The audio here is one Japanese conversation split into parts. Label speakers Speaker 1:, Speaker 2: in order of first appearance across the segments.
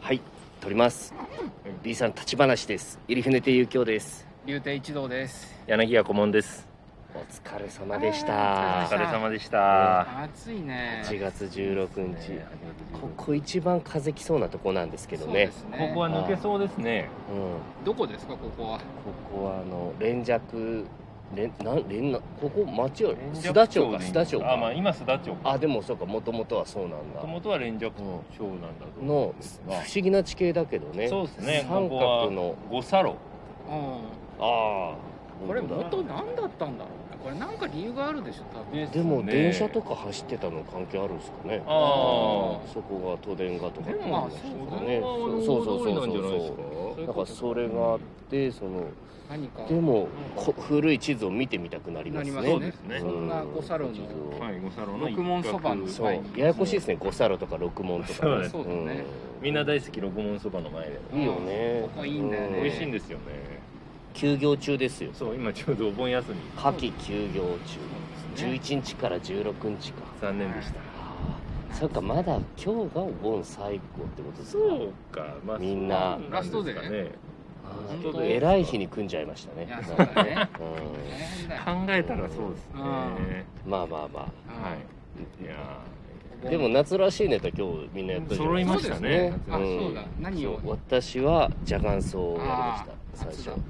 Speaker 1: はい撮ります B さん立ち話です入船亭遊興です
Speaker 2: 竜亭一堂です。
Speaker 3: 柳家顧問です。
Speaker 1: お疲れ様でし
Speaker 2: あ
Speaker 3: お
Speaker 2: ー
Speaker 1: た
Speaker 3: 疲れ様でした。
Speaker 2: 暑いね。
Speaker 1: 8月16日、
Speaker 3: ね
Speaker 1: ここ一番風来そうなとこなんですけど
Speaker 2: そうで
Speaker 1: ね
Speaker 2: す
Speaker 3: ここは抜けそうですね。
Speaker 1: うん
Speaker 2: どこですかここは。
Speaker 1: ここはあの連雀連なん連なここ町よ
Speaker 3: 連
Speaker 1: 須
Speaker 3: 雀
Speaker 1: 田町か須田町
Speaker 3: あ、まあ
Speaker 1: か
Speaker 3: 今須田町か。
Speaker 1: あでもそうかもともとはそうなんだ
Speaker 3: もともとは連雀
Speaker 1: う
Speaker 3: 町
Speaker 1: ん
Speaker 3: なんだと思
Speaker 1: の
Speaker 3: うんです
Speaker 1: 不
Speaker 3: が。
Speaker 1: 思議な地形だけどね
Speaker 3: そうですね。
Speaker 1: 三
Speaker 3: ここは
Speaker 1: 角の
Speaker 3: 五差路。
Speaker 2: う
Speaker 1: ああ
Speaker 2: ん。これ
Speaker 1: 本当だ
Speaker 2: 元何だったんだろうね。これなんか理由があるでしょ多分。
Speaker 1: でも
Speaker 3: ね
Speaker 1: 電車とか走ってたの関係あるんですかね
Speaker 3: あ
Speaker 1: そこが都電がとか
Speaker 3: で
Speaker 2: ま
Speaker 3: も
Speaker 2: あ
Speaker 3: そ
Speaker 2: そうう
Speaker 3: ね。
Speaker 1: そうそうそうそう
Speaker 3: 大通りなんじゃないですか。
Speaker 1: だからそれがあってその
Speaker 2: 何か。
Speaker 1: でもこ古い地図を見てみたくなります
Speaker 2: なり
Speaker 1: ね
Speaker 3: そうですね
Speaker 2: そ。んな五差路の
Speaker 1: 地図を
Speaker 3: はい、五差路の
Speaker 2: 六門そばの
Speaker 3: 一角
Speaker 1: そうややこしいですね五サロとか六門とか
Speaker 3: そうです
Speaker 2: そうだね
Speaker 3: みんな大好き六門そばの前で。
Speaker 1: いいよね
Speaker 2: ここいいんだよね
Speaker 1: う
Speaker 3: 美味しいんですよね。
Speaker 1: 休業中ですよ
Speaker 3: そう、今ちょうどお盆休み。
Speaker 1: 夏季休業中
Speaker 2: そうですね
Speaker 1: 11日から16日か
Speaker 3: 残念でした。
Speaker 1: ああそっかまだ今日がお盆最後ってことですか
Speaker 3: そうか、まあ、
Speaker 1: みんな
Speaker 3: そうですかね
Speaker 2: ラストで
Speaker 1: あ
Speaker 2: 本当
Speaker 1: あ
Speaker 2: だよ
Speaker 1: 偉い日に組んじゃいましたね
Speaker 2: いやそうだね。大
Speaker 1: う
Speaker 2: 変だよ。
Speaker 3: 考えたらそうですね。
Speaker 1: んまあまあま
Speaker 3: は
Speaker 1: あ
Speaker 3: い。いや
Speaker 2: うん。
Speaker 1: でも夏らしいネタ今日みんなやったじゃない
Speaker 3: 揃いましたね。
Speaker 2: そうですねあ
Speaker 1: ん
Speaker 2: そうだ何を
Speaker 1: そう私はジャガンソウをやりま
Speaker 2: あー
Speaker 1: した
Speaker 2: 初
Speaker 1: 最
Speaker 2: だ
Speaker 1: 初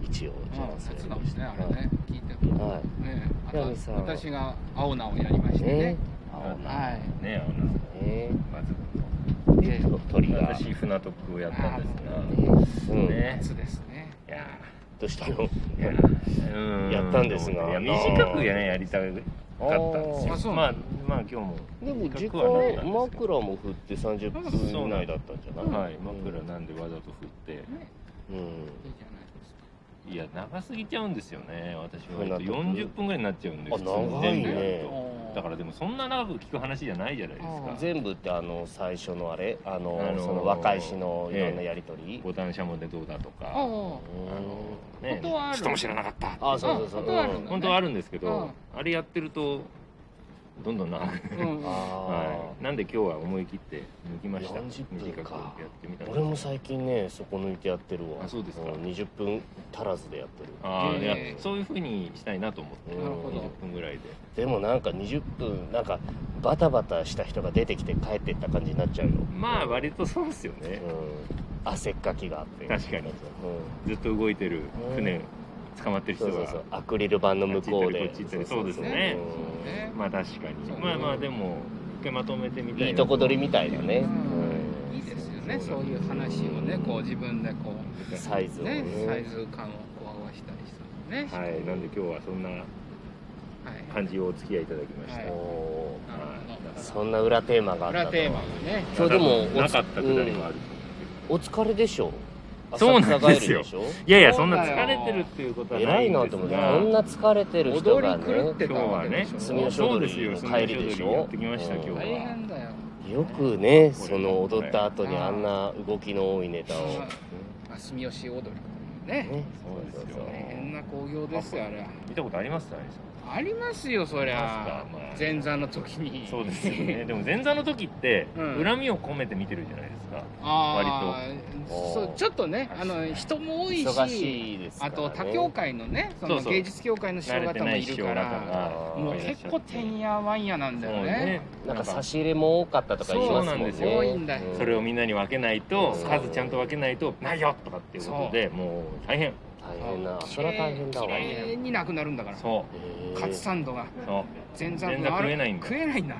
Speaker 1: 一応ジャガンソウや
Speaker 2: 夏
Speaker 1: り
Speaker 2: だ
Speaker 1: ま
Speaker 2: もん
Speaker 1: した
Speaker 2: ねあれね。聞いて
Speaker 1: はいは
Speaker 2: ね。あ
Speaker 1: ヤミさん
Speaker 2: と
Speaker 1: は
Speaker 2: 私が青菜をやりまし
Speaker 1: い
Speaker 2: て
Speaker 1: ね
Speaker 2: ね。
Speaker 1: 青菜
Speaker 2: はい。
Speaker 3: ーね、あの、
Speaker 1: ね
Speaker 3: まず、
Speaker 2: え
Speaker 1: と鳥が
Speaker 3: 私船徳をやったんですが。
Speaker 1: ねうん
Speaker 3: ね。
Speaker 2: 夏ですね。
Speaker 3: いや
Speaker 1: どうしたの
Speaker 3: ー、いやー、う
Speaker 1: やったんですが
Speaker 3: いや、短くやね、やりたかったんです
Speaker 1: あー
Speaker 3: よ。
Speaker 2: あそう
Speaker 3: ま
Speaker 2: な
Speaker 3: あ、まあ、今日も。
Speaker 1: でも時
Speaker 3: 時
Speaker 1: 間
Speaker 3: 間
Speaker 1: 枕も振って30分以内だったんじゃない
Speaker 3: はい、枕なんでわざと振って。
Speaker 2: ね
Speaker 1: うん
Speaker 2: いいじゃないですか。
Speaker 3: いや、長すぎちゃうんですよね。私は
Speaker 1: 船
Speaker 3: 割
Speaker 1: 徳
Speaker 3: と40分ぐらいになっちゃうんで
Speaker 1: あ
Speaker 3: す。普通の電流
Speaker 1: 長いね
Speaker 3: だとだからでもそんな長く聞く話じゃないじゃないです
Speaker 2: あ
Speaker 3: か
Speaker 2: ー。
Speaker 1: 全部ってあの最初のあれあの、
Speaker 3: あのー
Speaker 1: その若い詩のいろんなやりとり、
Speaker 3: ボタン車門でどうだとか、
Speaker 2: ああ
Speaker 3: あの
Speaker 1: う
Speaker 3: ね、
Speaker 2: 本当はある
Speaker 3: ちょっとも知らなかった。
Speaker 1: あそうそうそう
Speaker 2: あ断るの
Speaker 3: 本当はあるんですけど、
Speaker 2: う
Speaker 3: あれやってるとどんどん長く、
Speaker 2: う
Speaker 1: ん
Speaker 2: ん
Speaker 3: は
Speaker 1: あ
Speaker 3: い。なんで今日は思い切って抜きました。
Speaker 1: 40分か
Speaker 3: 短くやってみた
Speaker 1: ー
Speaker 3: んです
Speaker 1: 俺も最近ねそこ抜いてやってるわ
Speaker 3: あそうですか
Speaker 1: ん20分足らずでやってる
Speaker 3: ああ、いや
Speaker 2: えー
Speaker 3: そういう風にしたいなと思って、
Speaker 1: な
Speaker 2: るほど
Speaker 3: 20分ぐらいで。
Speaker 1: でもなんか20分なんかバタバタした人が出てきて帰ってった感じになっちゃうよ
Speaker 3: まあ割とそうですよね
Speaker 1: う。ん汗っかきがあって
Speaker 3: 確かに
Speaker 1: うん
Speaker 3: ずっと動いてる船捕まってる
Speaker 1: そ
Speaker 3: 人
Speaker 1: うそう
Speaker 3: が
Speaker 1: そうアクリル板の向こうで
Speaker 3: こっち行ったりこっち行ったりそうですね
Speaker 1: ん
Speaker 2: そうね
Speaker 3: まあ確かに。まあまあでも一回まとめてみたいな。
Speaker 1: いいとこ取りみたいなね、
Speaker 2: うんいいですよねそういう話をねこう自分でこ
Speaker 1: うんサイズ
Speaker 2: う
Speaker 1: を
Speaker 2: ね
Speaker 1: ね
Speaker 2: サイズ感をこう合わせたりするね
Speaker 3: はい、なんで今日はそんな
Speaker 2: はい
Speaker 3: 感じをお付き合いいただきました。
Speaker 2: はい
Speaker 1: おー
Speaker 2: なるほ
Speaker 1: そんな裏テーマがあ
Speaker 2: ど
Speaker 1: ったと
Speaker 2: 裏
Speaker 1: は
Speaker 2: テーマがね
Speaker 1: 今日でもお
Speaker 3: なかったくだりもある、
Speaker 1: お疲れでしょ
Speaker 3: そうなんですよ
Speaker 1: 浅草帰るしょ
Speaker 3: いやいや、
Speaker 2: そ
Speaker 3: そ
Speaker 2: うん
Speaker 3: な
Speaker 2: だよ
Speaker 3: 疲れてるっていうことはな
Speaker 1: 偉
Speaker 3: い
Speaker 1: い
Speaker 3: ん
Speaker 1: な
Speaker 3: です
Speaker 1: と思って
Speaker 3: が、
Speaker 1: こんな疲れてる人
Speaker 2: 踊
Speaker 1: が
Speaker 2: り狂
Speaker 1: ね
Speaker 2: ってたわけでしょ
Speaker 3: 今
Speaker 1: 日はね
Speaker 3: そうです
Speaker 1: 住
Speaker 3: よ、
Speaker 1: 吉踊りの帰りでしょ
Speaker 3: やってきました、
Speaker 1: うん
Speaker 3: 今日は。
Speaker 2: 大変だよ
Speaker 1: よくねその踊った後にあんな動きの多いネタを、
Speaker 2: うんあ住吉踊りね
Speaker 1: ね、
Speaker 3: そうですよ
Speaker 2: 大変な興行ですよあれは
Speaker 3: 見たことありますか
Speaker 2: ありますよそりゃ
Speaker 3: ありますかまあ
Speaker 2: 前座の時に
Speaker 3: そうですよね。でも前座の時って、
Speaker 2: うん
Speaker 3: 恨みを込めて見てるじゃないですか。
Speaker 2: ああ
Speaker 1: 割と
Speaker 2: そうちょっとねあの人も多い
Speaker 1: 忙しいですから、
Speaker 2: あ
Speaker 1: ね、
Speaker 2: と他協会のねそ
Speaker 3: そ
Speaker 2: の
Speaker 3: うそう
Speaker 2: 芸術協会の師匠
Speaker 3: 慣れて
Speaker 2: 方
Speaker 3: な
Speaker 2: も
Speaker 3: い
Speaker 2: い
Speaker 3: 師
Speaker 2: る
Speaker 3: 匠方
Speaker 2: から
Speaker 3: が。
Speaker 2: もう結構てんやわんやなんだ
Speaker 3: そう
Speaker 2: よね
Speaker 3: ね。
Speaker 1: なんか差し入れも多かったとか言いますもんね
Speaker 3: そうなんですよ
Speaker 2: 多いんだよ
Speaker 3: それをみんなに分けないと
Speaker 1: そう
Speaker 3: 数ちゃんと分けないとないよとかっていうことでもう大変
Speaker 1: 大変なそれは大変だわ
Speaker 2: 綺
Speaker 1: へ
Speaker 2: 麗になくなるんだから
Speaker 3: そ
Speaker 1: え
Speaker 2: カツサンドが
Speaker 3: うそう
Speaker 2: 全然
Speaker 3: 前座食えないんだ
Speaker 2: 食えないんだ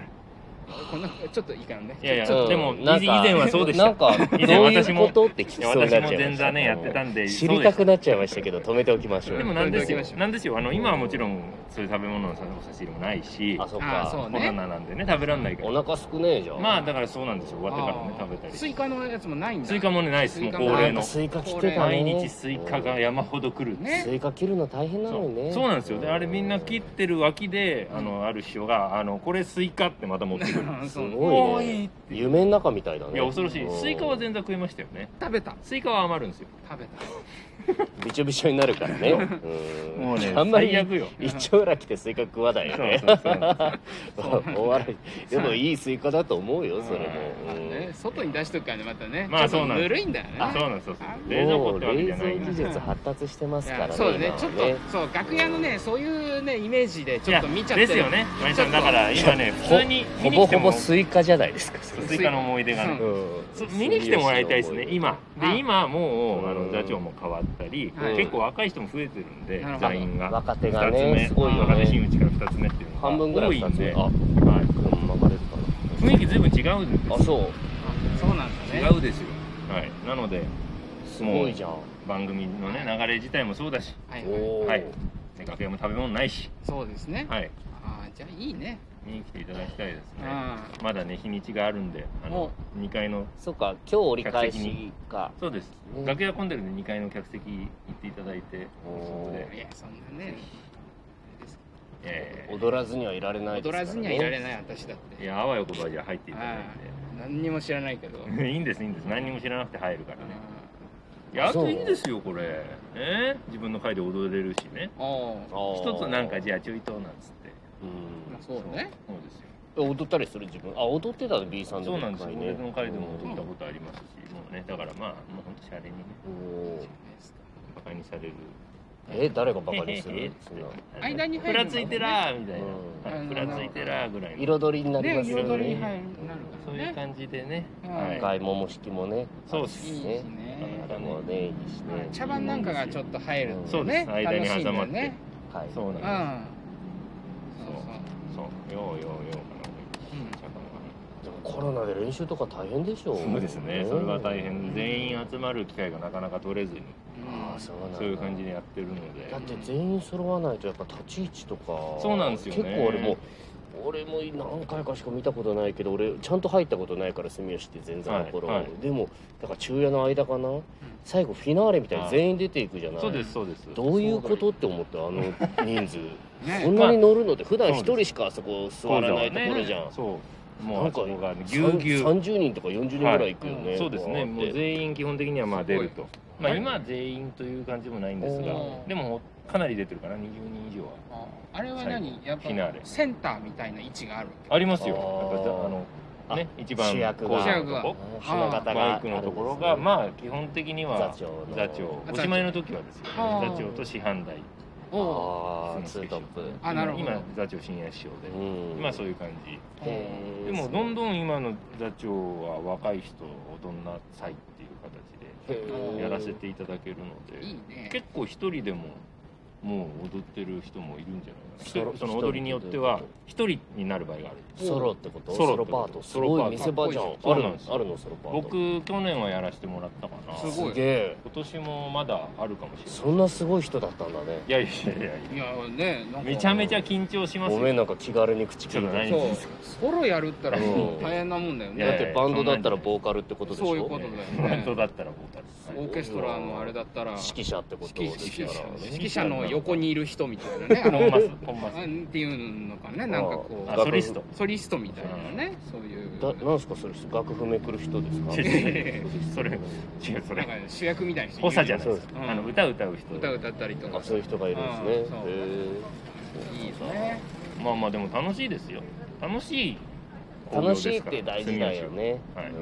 Speaker 2: こんなちょっといいかなね
Speaker 3: いやいや
Speaker 2: ちょっ
Speaker 1: うん
Speaker 3: でも
Speaker 1: なんか
Speaker 3: 以前はそうでした
Speaker 1: なんかどう
Speaker 3: 以前
Speaker 1: い
Speaker 3: 私
Speaker 1: う
Speaker 3: も
Speaker 1: ことって聞き
Speaker 3: いや
Speaker 1: そうになっちゃ
Speaker 3: 私
Speaker 1: いまし
Speaker 3: も
Speaker 1: た
Speaker 3: 前座ねやってたんで
Speaker 1: 知
Speaker 3: そう
Speaker 1: り
Speaker 3: で
Speaker 1: た
Speaker 3: す
Speaker 1: くなっちゃいましたけど止めておきましょう
Speaker 3: でもなんですよ
Speaker 2: そう
Speaker 3: なんですよあの今はもちろんそういう食べ物のお差し入れもないし
Speaker 1: あそっ
Speaker 2: あそ
Speaker 1: か
Speaker 2: う
Speaker 3: コロナなんでね食べられないか
Speaker 1: お
Speaker 3: ら
Speaker 1: 腹すくねえじゃん
Speaker 3: まあ
Speaker 1: あ
Speaker 3: だからそうなんですよ終わってからね食べたり
Speaker 2: スイカのやつもないんだ
Speaker 3: スイカもねないですもう恒
Speaker 1: な
Speaker 3: 例
Speaker 1: ん
Speaker 3: の
Speaker 1: かスイカ来てたね
Speaker 3: 毎日スイカが山ほど来るっていう
Speaker 2: ね
Speaker 1: スイカ切るの大変なの
Speaker 3: そう
Speaker 1: にね
Speaker 3: そうなんですよであれみんな切ってる脇であのある人があの「これスイカ」ってまた持ってくる
Speaker 2: そう
Speaker 1: す
Speaker 3: お
Speaker 1: ごい
Speaker 3: ーい
Speaker 1: ね
Speaker 3: って
Speaker 1: 夢の中みたいだね
Speaker 3: いや恐ろしい
Speaker 1: うん
Speaker 3: スイカは全然食えましたよね
Speaker 2: 食べた
Speaker 3: スイカは余るんですよ
Speaker 2: 食べ
Speaker 1: びちょびちょになるから ねうん
Speaker 3: もうね
Speaker 1: あんまり
Speaker 3: 最悪よ
Speaker 1: 一丁ら来てスイカ食わないよね
Speaker 3: そうそうそう
Speaker 1: お笑いでもいいスイカだと思うよそれも
Speaker 3: う
Speaker 1: うん
Speaker 2: ね、外に出しとくからねまたね
Speaker 3: まあそうなん
Speaker 2: ち
Speaker 3: です
Speaker 2: ょっとぬるいんだよね
Speaker 3: あそうなんですそうそう
Speaker 2: あ
Speaker 3: 冷蔵庫ってわけじ
Speaker 1: 冷
Speaker 3: ゃない
Speaker 1: 蔵
Speaker 3: んで
Speaker 1: 技
Speaker 2: 庫
Speaker 1: 術発達してますから
Speaker 2: い
Speaker 1: ね
Speaker 2: やそうだね
Speaker 1: 今は
Speaker 2: ちょっとそう楽屋のねそういうねイメージで
Speaker 3: い
Speaker 2: ちょっ
Speaker 3: や
Speaker 2: と見ちゃって
Speaker 3: で
Speaker 2: る
Speaker 3: すよねマリさん
Speaker 2: ちょ
Speaker 3: だ
Speaker 2: っと
Speaker 3: から今ね
Speaker 1: ほ
Speaker 3: 普通に
Speaker 1: ほ
Speaker 3: 見に
Speaker 1: ぼ
Speaker 3: 来て
Speaker 1: ほぼ
Speaker 3: も
Speaker 1: スイカじゃないですかそれ
Speaker 3: スイカの思い出がね
Speaker 2: う
Speaker 1: うん
Speaker 3: 見に来てもらいたいですね今
Speaker 2: あ
Speaker 3: で今もうあ
Speaker 1: うん
Speaker 3: の座長も変わったり
Speaker 2: はい
Speaker 3: 結構若い人も増えてるんで
Speaker 2: なるほど
Speaker 3: 座員が
Speaker 1: 若手が
Speaker 3: 2つ
Speaker 1: ね
Speaker 3: 目
Speaker 1: すごいよ
Speaker 3: 若手
Speaker 1: ね
Speaker 3: 真打ちから2つ目っていうのが
Speaker 1: 半分ぐらい
Speaker 3: 多
Speaker 1: 二
Speaker 3: ん
Speaker 1: つ目
Speaker 3: で
Speaker 1: あ
Speaker 3: は
Speaker 1: 車曲が出るか
Speaker 3: い雰囲気随分違うんです
Speaker 1: な
Speaker 3: よ
Speaker 1: あそう
Speaker 2: あそうなんだね
Speaker 3: うですよはいなのです
Speaker 1: ごいじゃん
Speaker 3: 番組のね流れ自体もそうだし
Speaker 2: はい
Speaker 1: お
Speaker 2: はい
Speaker 1: お
Speaker 3: はいね楽屋も食べ物ないし
Speaker 2: そうですね、
Speaker 3: はい
Speaker 2: あーじゃあいいね
Speaker 3: 見に来ていただきたいです
Speaker 2: う
Speaker 3: ね
Speaker 2: ん
Speaker 3: まだね日にちがあるんであの2階の
Speaker 1: そうか今日折り返しか
Speaker 3: そうです
Speaker 1: うん
Speaker 3: 楽屋混んでるんで2階の客席行っていただいて
Speaker 1: おー
Speaker 3: そこで
Speaker 2: いやそんなね
Speaker 3: えー
Speaker 1: 踊らずにはいられないです
Speaker 2: 踊
Speaker 1: から
Speaker 2: ら
Speaker 1: ね
Speaker 2: ずにはいられない私だっ
Speaker 3: い
Speaker 2: て
Speaker 3: やあわよくばじゃあ入っていただい
Speaker 2: 何にも知らないけど、うん
Speaker 3: ていいんですいいんです何にも知らなくて入るからねいやあといいですよこれね自分の回で踊れるしね
Speaker 2: おー
Speaker 1: あー
Speaker 3: 一つなんかじゃあちょいとなんつって
Speaker 1: うん
Speaker 2: そうね
Speaker 3: そうですよ
Speaker 1: 踊ったりする自分あ踊ってたの B さんで
Speaker 3: そ
Speaker 1: も
Speaker 3: う
Speaker 1: 一
Speaker 3: な
Speaker 1: 回
Speaker 3: ん
Speaker 1: ね
Speaker 3: ですよ、ね、僕の彼でも踊ったことありますし、もうね、だからまあ、もう本当、シャレにね、
Speaker 1: おおー
Speaker 3: バカにされる。
Speaker 1: え誰がバカにす
Speaker 3: へへへ
Speaker 1: る
Speaker 3: っつ
Speaker 1: そ
Speaker 3: っ
Speaker 1: んな
Speaker 3: て
Speaker 2: 間に入
Speaker 3: ふら
Speaker 2: るのもね
Speaker 3: ついてらーみたいな、
Speaker 2: うん
Speaker 3: ふらついてらーぐらいの、
Speaker 1: 彩りになりますよ
Speaker 3: ね
Speaker 1: ね
Speaker 3: 彩りに
Speaker 2: 入るなる
Speaker 3: そういう感じでね、
Speaker 2: うん
Speaker 1: 赤い桃引きもね
Speaker 3: そうっす
Speaker 2: いいですね
Speaker 1: あれもねいいしね
Speaker 2: 茶碗なんかがちょっと入るとね
Speaker 3: そうです間に挟まって
Speaker 2: 楽しいんだよね
Speaker 1: はい
Speaker 3: そう
Speaker 2: うん
Speaker 3: なんで
Speaker 2: そう
Speaker 3: す、そう、ようようようかな、
Speaker 2: そ
Speaker 3: ちゃうか
Speaker 1: でもコロナで練習とか大変でしょ
Speaker 3: なそうですね、それは大変、全員集まる機会がなかなか取れずに、
Speaker 2: ううん
Speaker 1: ああそうなんだ
Speaker 3: そういう感じでやってるので
Speaker 1: だっ、て全員揃わないとやっぱ立ち位置とか
Speaker 3: そうなんですよね
Speaker 1: 結構俺も俺も何回かしか見たことないけど俺ちゃんと入ったことないから住吉って前座の頃、
Speaker 3: はいはい
Speaker 1: でもだから昼夜の間かな最後フィナーレみたいに全員出ていくじゃない
Speaker 3: そうです、そうです。
Speaker 1: どういうことって思ってあの人数
Speaker 2: ね
Speaker 1: こんなに乗るのって普段一人しかあそこ座らないところじゃん、
Speaker 3: そう、
Speaker 1: な
Speaker 3: もうあ
Speaker 1: んか
Speaker 3: そこがねぎゅうぎゅう。
Speaker 1: 30人とか40人ぐらい行くよね、
Speaker 2: は
Speaker 3: そうですね、もう
Speaker 1: 員
Speaker 3: 全員基本的にはまあ出ると、まあ、
Speaker 2: はい
Speaker 3: 今、全員という感じもないんですが
Speaker 2: お、ー
Speaker 3: でもかなり出てるかな、20人以上は。
Speaker 2: ああれは何やっぱ
Speaker 3: フィナーレ
Speaker 2: センターみたいな位置がある
Speaker 3: ありますよ、
Speaker 1: あ
Speaker 3: や
Speaker 1: ー
Speaker 3: っぱりあのね、一番
Speaker 1: 主役が
Speaker 3: こう
Speaker 2: 主役が
Speaker 3: こ
Speaker 1: 花形が
Speaker 3: バイクのところが、まあ、基本的には
Speaker 1: 座長の
Speaker 3: 座長、おしまいの時はですよね
Speaker 2: あー、
Speaker 3: 座長と師範代、
Speaker 2: お
Speaker 1: ああ
Speaker 3: その
Speaker 1: ツートップ
Speaker 2: あなるほど
Speaker 3: 今、座長、深夜師匠で、
Speaker 1: うん
Speaker 3: 今、そういう感じ。
Speaker 1: へー
Speaker 3: でもどんどん今の座長は若い人大人祭っていう形でやらせていただけるので、
Speaker 2: いいね
Speaker 3: 結構一人でももう踊ってる人もいるんじゃないかな
Speaker 1: ソロ
Speaker 3: 一人その踊りによっては一人になる場合がある
Speaker 1: ソロってこと
Speaker 3: ソロ
Speaker 1: ソロパートす
Speaker 3: ソロパート
Speaker 1: ごい見せ場じゃん
Speaker 2: かっ
Speaker 3: こ
Speaker 1: あ
Speaker 3: い
Speaker 1: る
Speaker 3: いそうな
Speaker 1: の
Speaker 3: んですよ
Speaker 1: あるのソロパート
Speaker 3: 僕去年はやらせてもらったかな
Speaker 2: す
Speaker 1: す
Speaker 2: ごい
Speaker 1: げえ
Speaker 3: 今年もまだあるかもしれない
Speaker 1: そんなすごい人だったんだね
Speaker 3: いやいやいやいや
Speaker 2: いやねなんか
Speaker 3: めちゃめちゃ緊張します
Speaker 1: ご
Speaker 3: よ
Speaker 1: めんなんか気軽に口聞
Speaker 3: ちょっと何
Speaker 1: い
Speaker 2: そうソロやるったらもう大変なもんだよ
Speaker 3: い
Speaker 1: て
Speaker 3: や
Speaker 1: だ
Speaker 2: ね
Speaker 1: ってバンドだったらボーカルってことでしょ
Speaker 2: そういうこと
Speaker 1: 指
Speaker 2: だよね
Speaker 3: 本当だったら僕は
Speaker 2: オーケストラのあれだったら
Speaker 1: 揮者ってこと
Speaker 2: 指揮
Speaker 1: です
Speaker 2: 指
Speaker 1: か
Speaker 2: 揮
Speaker 1: ら
Speaker 2: 者
Speaker 1: ね
Speaker 2: 指揮者の横にいる人みたいなね
Speaker 3: コ
Speaker 2: あ
Speaker 3: ン
Speaker 2: の
Speaker 3: マスコンマス
Speaker 2: なんていうのかねなんかこ
Speaker 3: あ
Speaker 1: 楽
Speaker 3: ソリスト
Speaker 2: うソリストみたいなねそういう
Speaker 1: だなんすかそれ楽譜めくる人ですか
Speaker 3: 違う違う それ違うそ
Speaker 2: なん
Speaker 3: れ
Speaker 2: か主役みたいな人いる
Speaker 3: 補佐じゃないです
Speaker 1: そう
Speaker 2: で
Speaker 3: か、
Speaker 2: す
Speaker 3: あの歌歌う人
Speaker 2: 歌歌ったりとか
Speaker 1: あそういう人がいるん
Speaker 2: う
Speaker 1: で
Speaker 2: ん
Speaker 1: す
Speaker 2: そ
Speaker 1: ね
Speaker 2: う
Speaker 1: へ
Speaker 2: いいですね
Speaker 3: まあまあでも楽しいですよ楽しい
Speaker 1: え楽しいって大事だよね
Speaker 3: 住吉はいう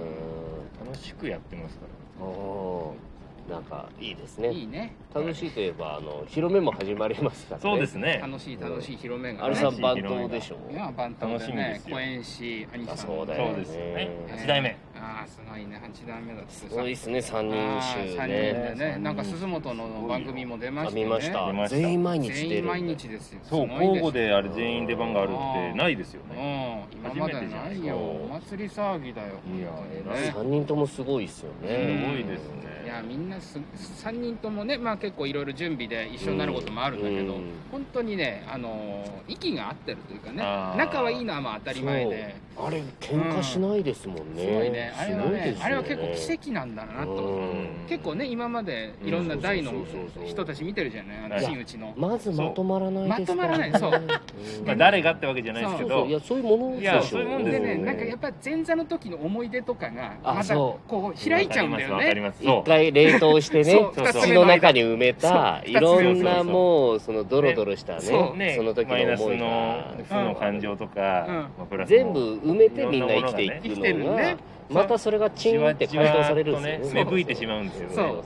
Speaker 1: ーん
Speaker 3: 楽しくやってますから
Speaker 1: おーなんかいいです
Speaker 2: い
Speaker 1: ね
Speaker 2: いね
Speaker 1: 楽しいといえばあの広めも始まりますからね
Speaker 3: そうですね
Speaker 2: 楽しい楽しい広めが
Speaker 1: あれ
Speaker 2: ね
Speaker 1: さん番頭でしょ
Speaker 2: いや番頭で
Speaker 3: 楽しみで
Speaker 2: ね
Speaker 3: すよ
Speaker 2: 公演師兄さん
Speaker 1: あそうだ
Speaker 3: そ
Speaker 1: よ
Speaker 3: う
Speaker 1: ね
Speaker 3: ですよね
Speaker 1: え
Speaker 2: ー
Speaker 3: 八代目
Speaker 2: ああすごいね八段目だってさ
Speaker 1: すごいですね三人
Speaker 2: あー
Speaker 1: 衆
Speaker 2: 三人
Speaker 1: ね
Speaker 2: でねなんか鈴本の番組も出ま
Speaker 1: あ
Speaker 2: したね
Speaker 1: 見まし
Speaker 3: 出ま
Speaker 1: た
Speaker 3: した
Speaker 1: 全員毎日
Speaker 2: 全
Speaker 1: 出
Speaker 2: 員
Speaker 1: る
Speaker 2: 毎
Speaker 1: んで
Speaker 2: 日ですよ
Speaker 3: そう
Speaker 2: すごいです
Speaker 3: 交互であれ全員出番があるってないですよ
Speaker 2: う
Speaker 3: ね
Speaker 2: ん今まで
Speaker 3: 初めてじゃな
Speaker 2: な
Speaker 3: で
Speaker 2: いい
Speaker 3: すか
Speaker 2: よお祭り騒ぎだよ
Speaker 3: いや
Speaker 2: 本当に
Speaker 3: 偉
Speaker 2: ね
Speaker 3: い
Speaker 1: 三人ともすごいっすよ
Speaker 3: す
Speaker 1: ね
Speaker 3: ごいです
Speaker 2: い
Speaker 3: ね
Speaker 2: やみんなす3人ともね、まあ、結構いろいろ準備で一緒になることもあるんだけど、
Speaker 1: うん
Speaker 2: 本当にね、あのー息が合ってるというかね
Speaker 3: あー
Speaker 2: 仲はいいのはまあ当たり前で
Speaker 1: そうあれ喧嘩しないですもん
Speaker 2: すごい
Speaker 1: ね
Speaker 2: ねあれはね
Speaker 1: ですよね
Speaker 2: あれは結構奇跡なんだなと思って
Speaker 1: うん
Speaker 2: 結構ね今までいろんな大の
Speaker 3: うんそうそうそうそう
Speaker 2: 人たち見てるじゃないあの
Speaker 3: はい
Speaker 2: 真打ちの
Speaker 1: まずまとまらないですからね
Speaker 2: まとまらない
Speaker 1: うん
Speaker 3: まあ、誰がってわけじゃないですけ
Speaker 1: そう
Speaker 3: ど
Speaker 1: そういやそういうものでしょ
Speaker 3: いやそういうもん
Speaker 2: で
Speaker 3: ですよ
Speaker 2: ね
Speaker 3: ね
Speaker 2: なんかやっぱ前座の時の思い出とかが
Speaker 1: あ
Speaker 2: また
Speaker 1: そ
Speaker 2: こう開いちゃうんだよ
Speaker 3: わかり
Speaker 2: ね
Speaker 3: ますわ
Speaker 1: 一
Speaker 3: か
Speaker 1: 回
Speaker 3: ります
Speaker 1: 冷凍してね
Speaker 2: そう
Speaker 3: 二つ
Speaker 1: 土
Speaker 3: 目
Speaker 1: の
Speaker 2: の
Speaker 1: 中に埋めた
Speaker 2: そう
Speaker 1: いろん
Speaker 3: そうそうそ
Speaker 1: な
Speaker 3: う
Speaker 1: もうそのドロドロしたね
Speaker 2: そ
Speaker 1: そう
Speaker 3: ね
Speaker 1: の時
Speaker 3: マイ
Speaker 1: の
Speaker 3: ナス
Speaker 1: 思い
Speaker 3: の
Speaker 1: が
Speaker 3: 負の感情とか、
Speaker 2: うん
Speaker 3: まあプラスの
Speaker 1: 全部埋めてみんな生きていく
Speaker 2: いろんな
Speaker 1: の
Speaker 2: もの
Speaker 1: が、
Speaker 2: がね
Speaker 1: またそれがチ
Speaker 3: じ
Speaker 1: ンっ
Speaker 3: わ
Speaker 1: て
Speaker 3: じ
Speaker 1: 解
Speaker 3: わ
Speaker 1: 放さ
Speaker 3: っ
Speaker 1: れる
Speaker 3: と
Speaker 1: んで
Speaker 3: ね
Speaker 1: すよね
Speaker 3: 芽吹いてしまうんですよね
Speaker 2: そ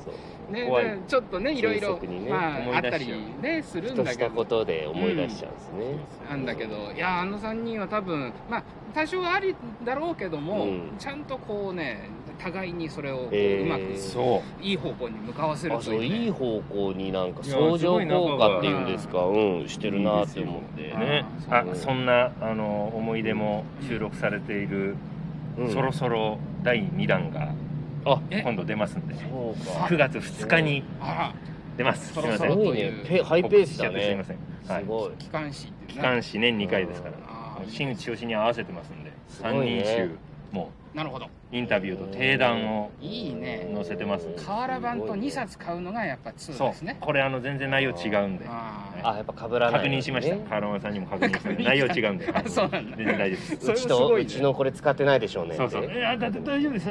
Speaker 2: うね
Speaker 3: 怖い
Speaker 2: だからちょっとねいろいろ
Speaker 1: 急速にね
Speaker 2: ま
Speaker 3: 思
Speaker 2: ああ
Speaker 3: い
Speaker 2: っ
Speaker 3: 出
Speaker 2: た
Speaker 3: しちゃう
Speaker 2: りねする
Speaker 1: ふ
Speaker 2: ん
Speaker 1: と
Speaker 2: だ
Speaker 1: し
Speaker 2: け
Speaker 1: た
Speaker 2: ど
Speaker 1: ことで思い出しちゃうんですね、
Speaker 2: なんだけどいやあの3人は多分まあ多少はありだろうけども、
Speaker 1: うん
Speaker 2: ちゃんとこうね互いにそれをこう
Speaker 1: えー
Speaker 2: うまく
Speaker 3: そ
Speaker 2: いい方向に向かわせる
Speaker 1: あ
Speaker 2: と
Speaker 1: そ
Speaker 2: いうう,、
Speaker 1: いい
Speaker 2: ね、
Speaker 1: 方向になんか
Speaker 3: いや
Speaker 1: 相乗効果っていうんですかうんしてるなって思って
Speaker 3: う
Speaker 2: いいですよ
Speaker 3: ね
Speaker 2: あ
Speaker 3: あそんなあの思い出も収録されている、
Speaker 1: うん
Speaker 3: そろそろ第2弾が
Speaker 1: あ
Speaker 2: え
Speaker 3: 今度出ますんで
Speaker 1: そうか
Speaker 3: 9月2日に
Speaker 2: あ
Speaker 3: 出ますす
Speaker 2: そ
Speaker 3: い
Speaker 2: ろ
Speaker 3: ませ
Speaker 2: そ
Speaker 1: す
Speaker 3: ん
Speaker 2: ろ
Speaker 1: ごいねペハイペースだ
Speaker 3: 告知しちゃってすい
Speaker 1: ね
Speaker 3: ません、
Speaker 1: す
Speaker 3: はい、
Speaker 1: ごい
Speaker 2: ら機関士ってい
Speaker 3: 期
Speaker 2: うね
Speaker 3: 間誌年2回ですから
Speaker 2: あー
Speaker 3: 新内しに合わせてますんです
Speaker 1: ご
Speaker 3: 3
Speaker 1: いね
Speaker 3: 人集も
Speaker 2: なるほど
Speaker 3: うインタビューと定談を
Speaker 2: いいね
Speaker 3: 載せてます
Speaker 2: 瓦版と2冊買うのがやっぱ2
Speaker 3: そう
Speaker 2: ですね
Speaker 3: これあの全然内容違うんで
Speaker 2: あ
Speaker 1: あやっぱ被らない
Speaker 3: 確認しました
Speaker 1: ね
Speaker 3: 河村さんにも確認しま
Speaker 2: 確認
Speaker 3: し
Speaker 2: したた
Speaker 3: 内容違うんではい
Speaker 2: あそうなんだ
Speaker 3: 全然大丈夫です
Speaker 2: それ
Speaker 1: う
Speaker 2: も
Speaker 1: ち
Speaker 2: す
Speaker 1: と
Speaker 2: ご
Speaker 1: う
Speaker 2: いね
Speaker 1: ちのこれ使ってないでしょうね
Speaker 3: そうそう
Speaker 1: って
Speaker 3: いやだって大丈夫です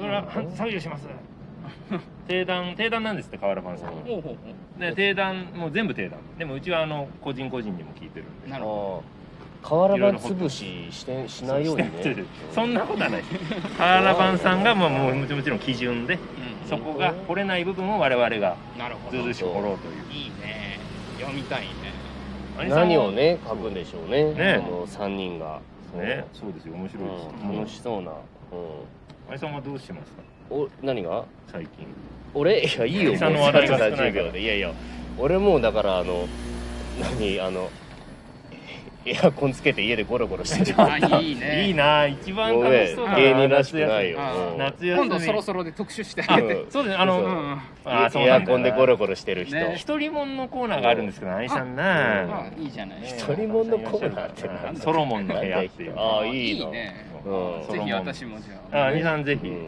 Speaker 3: 俺は作業します定談定談なんですって河原版さん
Speaker 2: あ
Speaker 3: は
Speaker 2: ほうほうほ
Speaker 3: で定談もう全部定談でもうちはあの個人個人にも聞いてるん
Speaker 2: う
Speaker 3: で
Speaker 2: なるほ
Speaker 1: ああ瓦版潰ししてしないように
Speaker 3: そう
Speaker 1: ね
Speaker 3: そんなことはない河原版さんがまあもうもちもちろん基準で
Speaker 2: ど、
Speaker 3: そこが掘れない部分を我々が
Speaker 2: うん、なるほ
Speaker 3: ずう
Speaker 2: ど
Speaker 3: ず
Speaker 2: いう
Speaker 3: しく掘ろうという
Speaker 2: いね読みたいね
Speaker 3: 兄さん
Speaker 1: 何
Speaker 3: も
Speaker 1: をね書くんでしょうね
Speaker 3: ね
Speaker 1: この3人が
Speaker 3: ねそうですよ面
Speaker 1: う
Speaker 3: 白いですよ
Speaker 1: ん楽しそうなうん
Speaker 3: 兄さんはどうしてますか
Speaker 1: お何が
Speaker 3: 最近
Speaker 1: 俺 いやいいよ
Speaker 3: 兄さんの話題が少ないから
Speaker 1: 30秒でいやいや俺もうだからあの何あのエアコンつけて家でゴロゴロしてるも
Speaker 2: あいいね
Speaker 3: いいな一番
Speaker 1: う
Speaker 3: 楽し
Speaker 1: ね
Speaker 3: そうだな
Speaker 1: 芸人らしくないよ
Speaker 2: あー
Speaker 1: うん
Speaker 3: 夏休み
Speaker 2: 今度そろそろで特集してあ
Speaker 3: あ
Speaker 2: げて、
Speaker 3: そうですねあの
Speaker 1: そううん
Speaker 2: うん
Speaker 3: あーそう
Speaker 1: エ
Speaker 3: な
Speaker 1: ア
Speaker 3: んだ
Speaker 1: コンでゴロゴロしてる人
Speaker 2: ね
Speaker 3: 一人もんのコーナーがあるんですけど兄さんな
Speaker 2: あいいじゃないです
Speaker 1: 一人もんのコーナーってなんだ
Speaker 3: ソロモンの部屋っていう
Speaker 1: ああ
Speaker 2: い
Speaker 1: いい
Speaker 2: い
Speaker 1: な
Speaker 2: ね
Speaker 3: うん
Speaker 1: うん
Speaker 3: ソロモ
Speaker 2: ぜ
Speaker 3: ン
Speaker 2: ひ私もじゃ
Speaker 3: あ
Speaker 2: あ
Speaker 3: 兄さんぜひ
Speaker 1: うん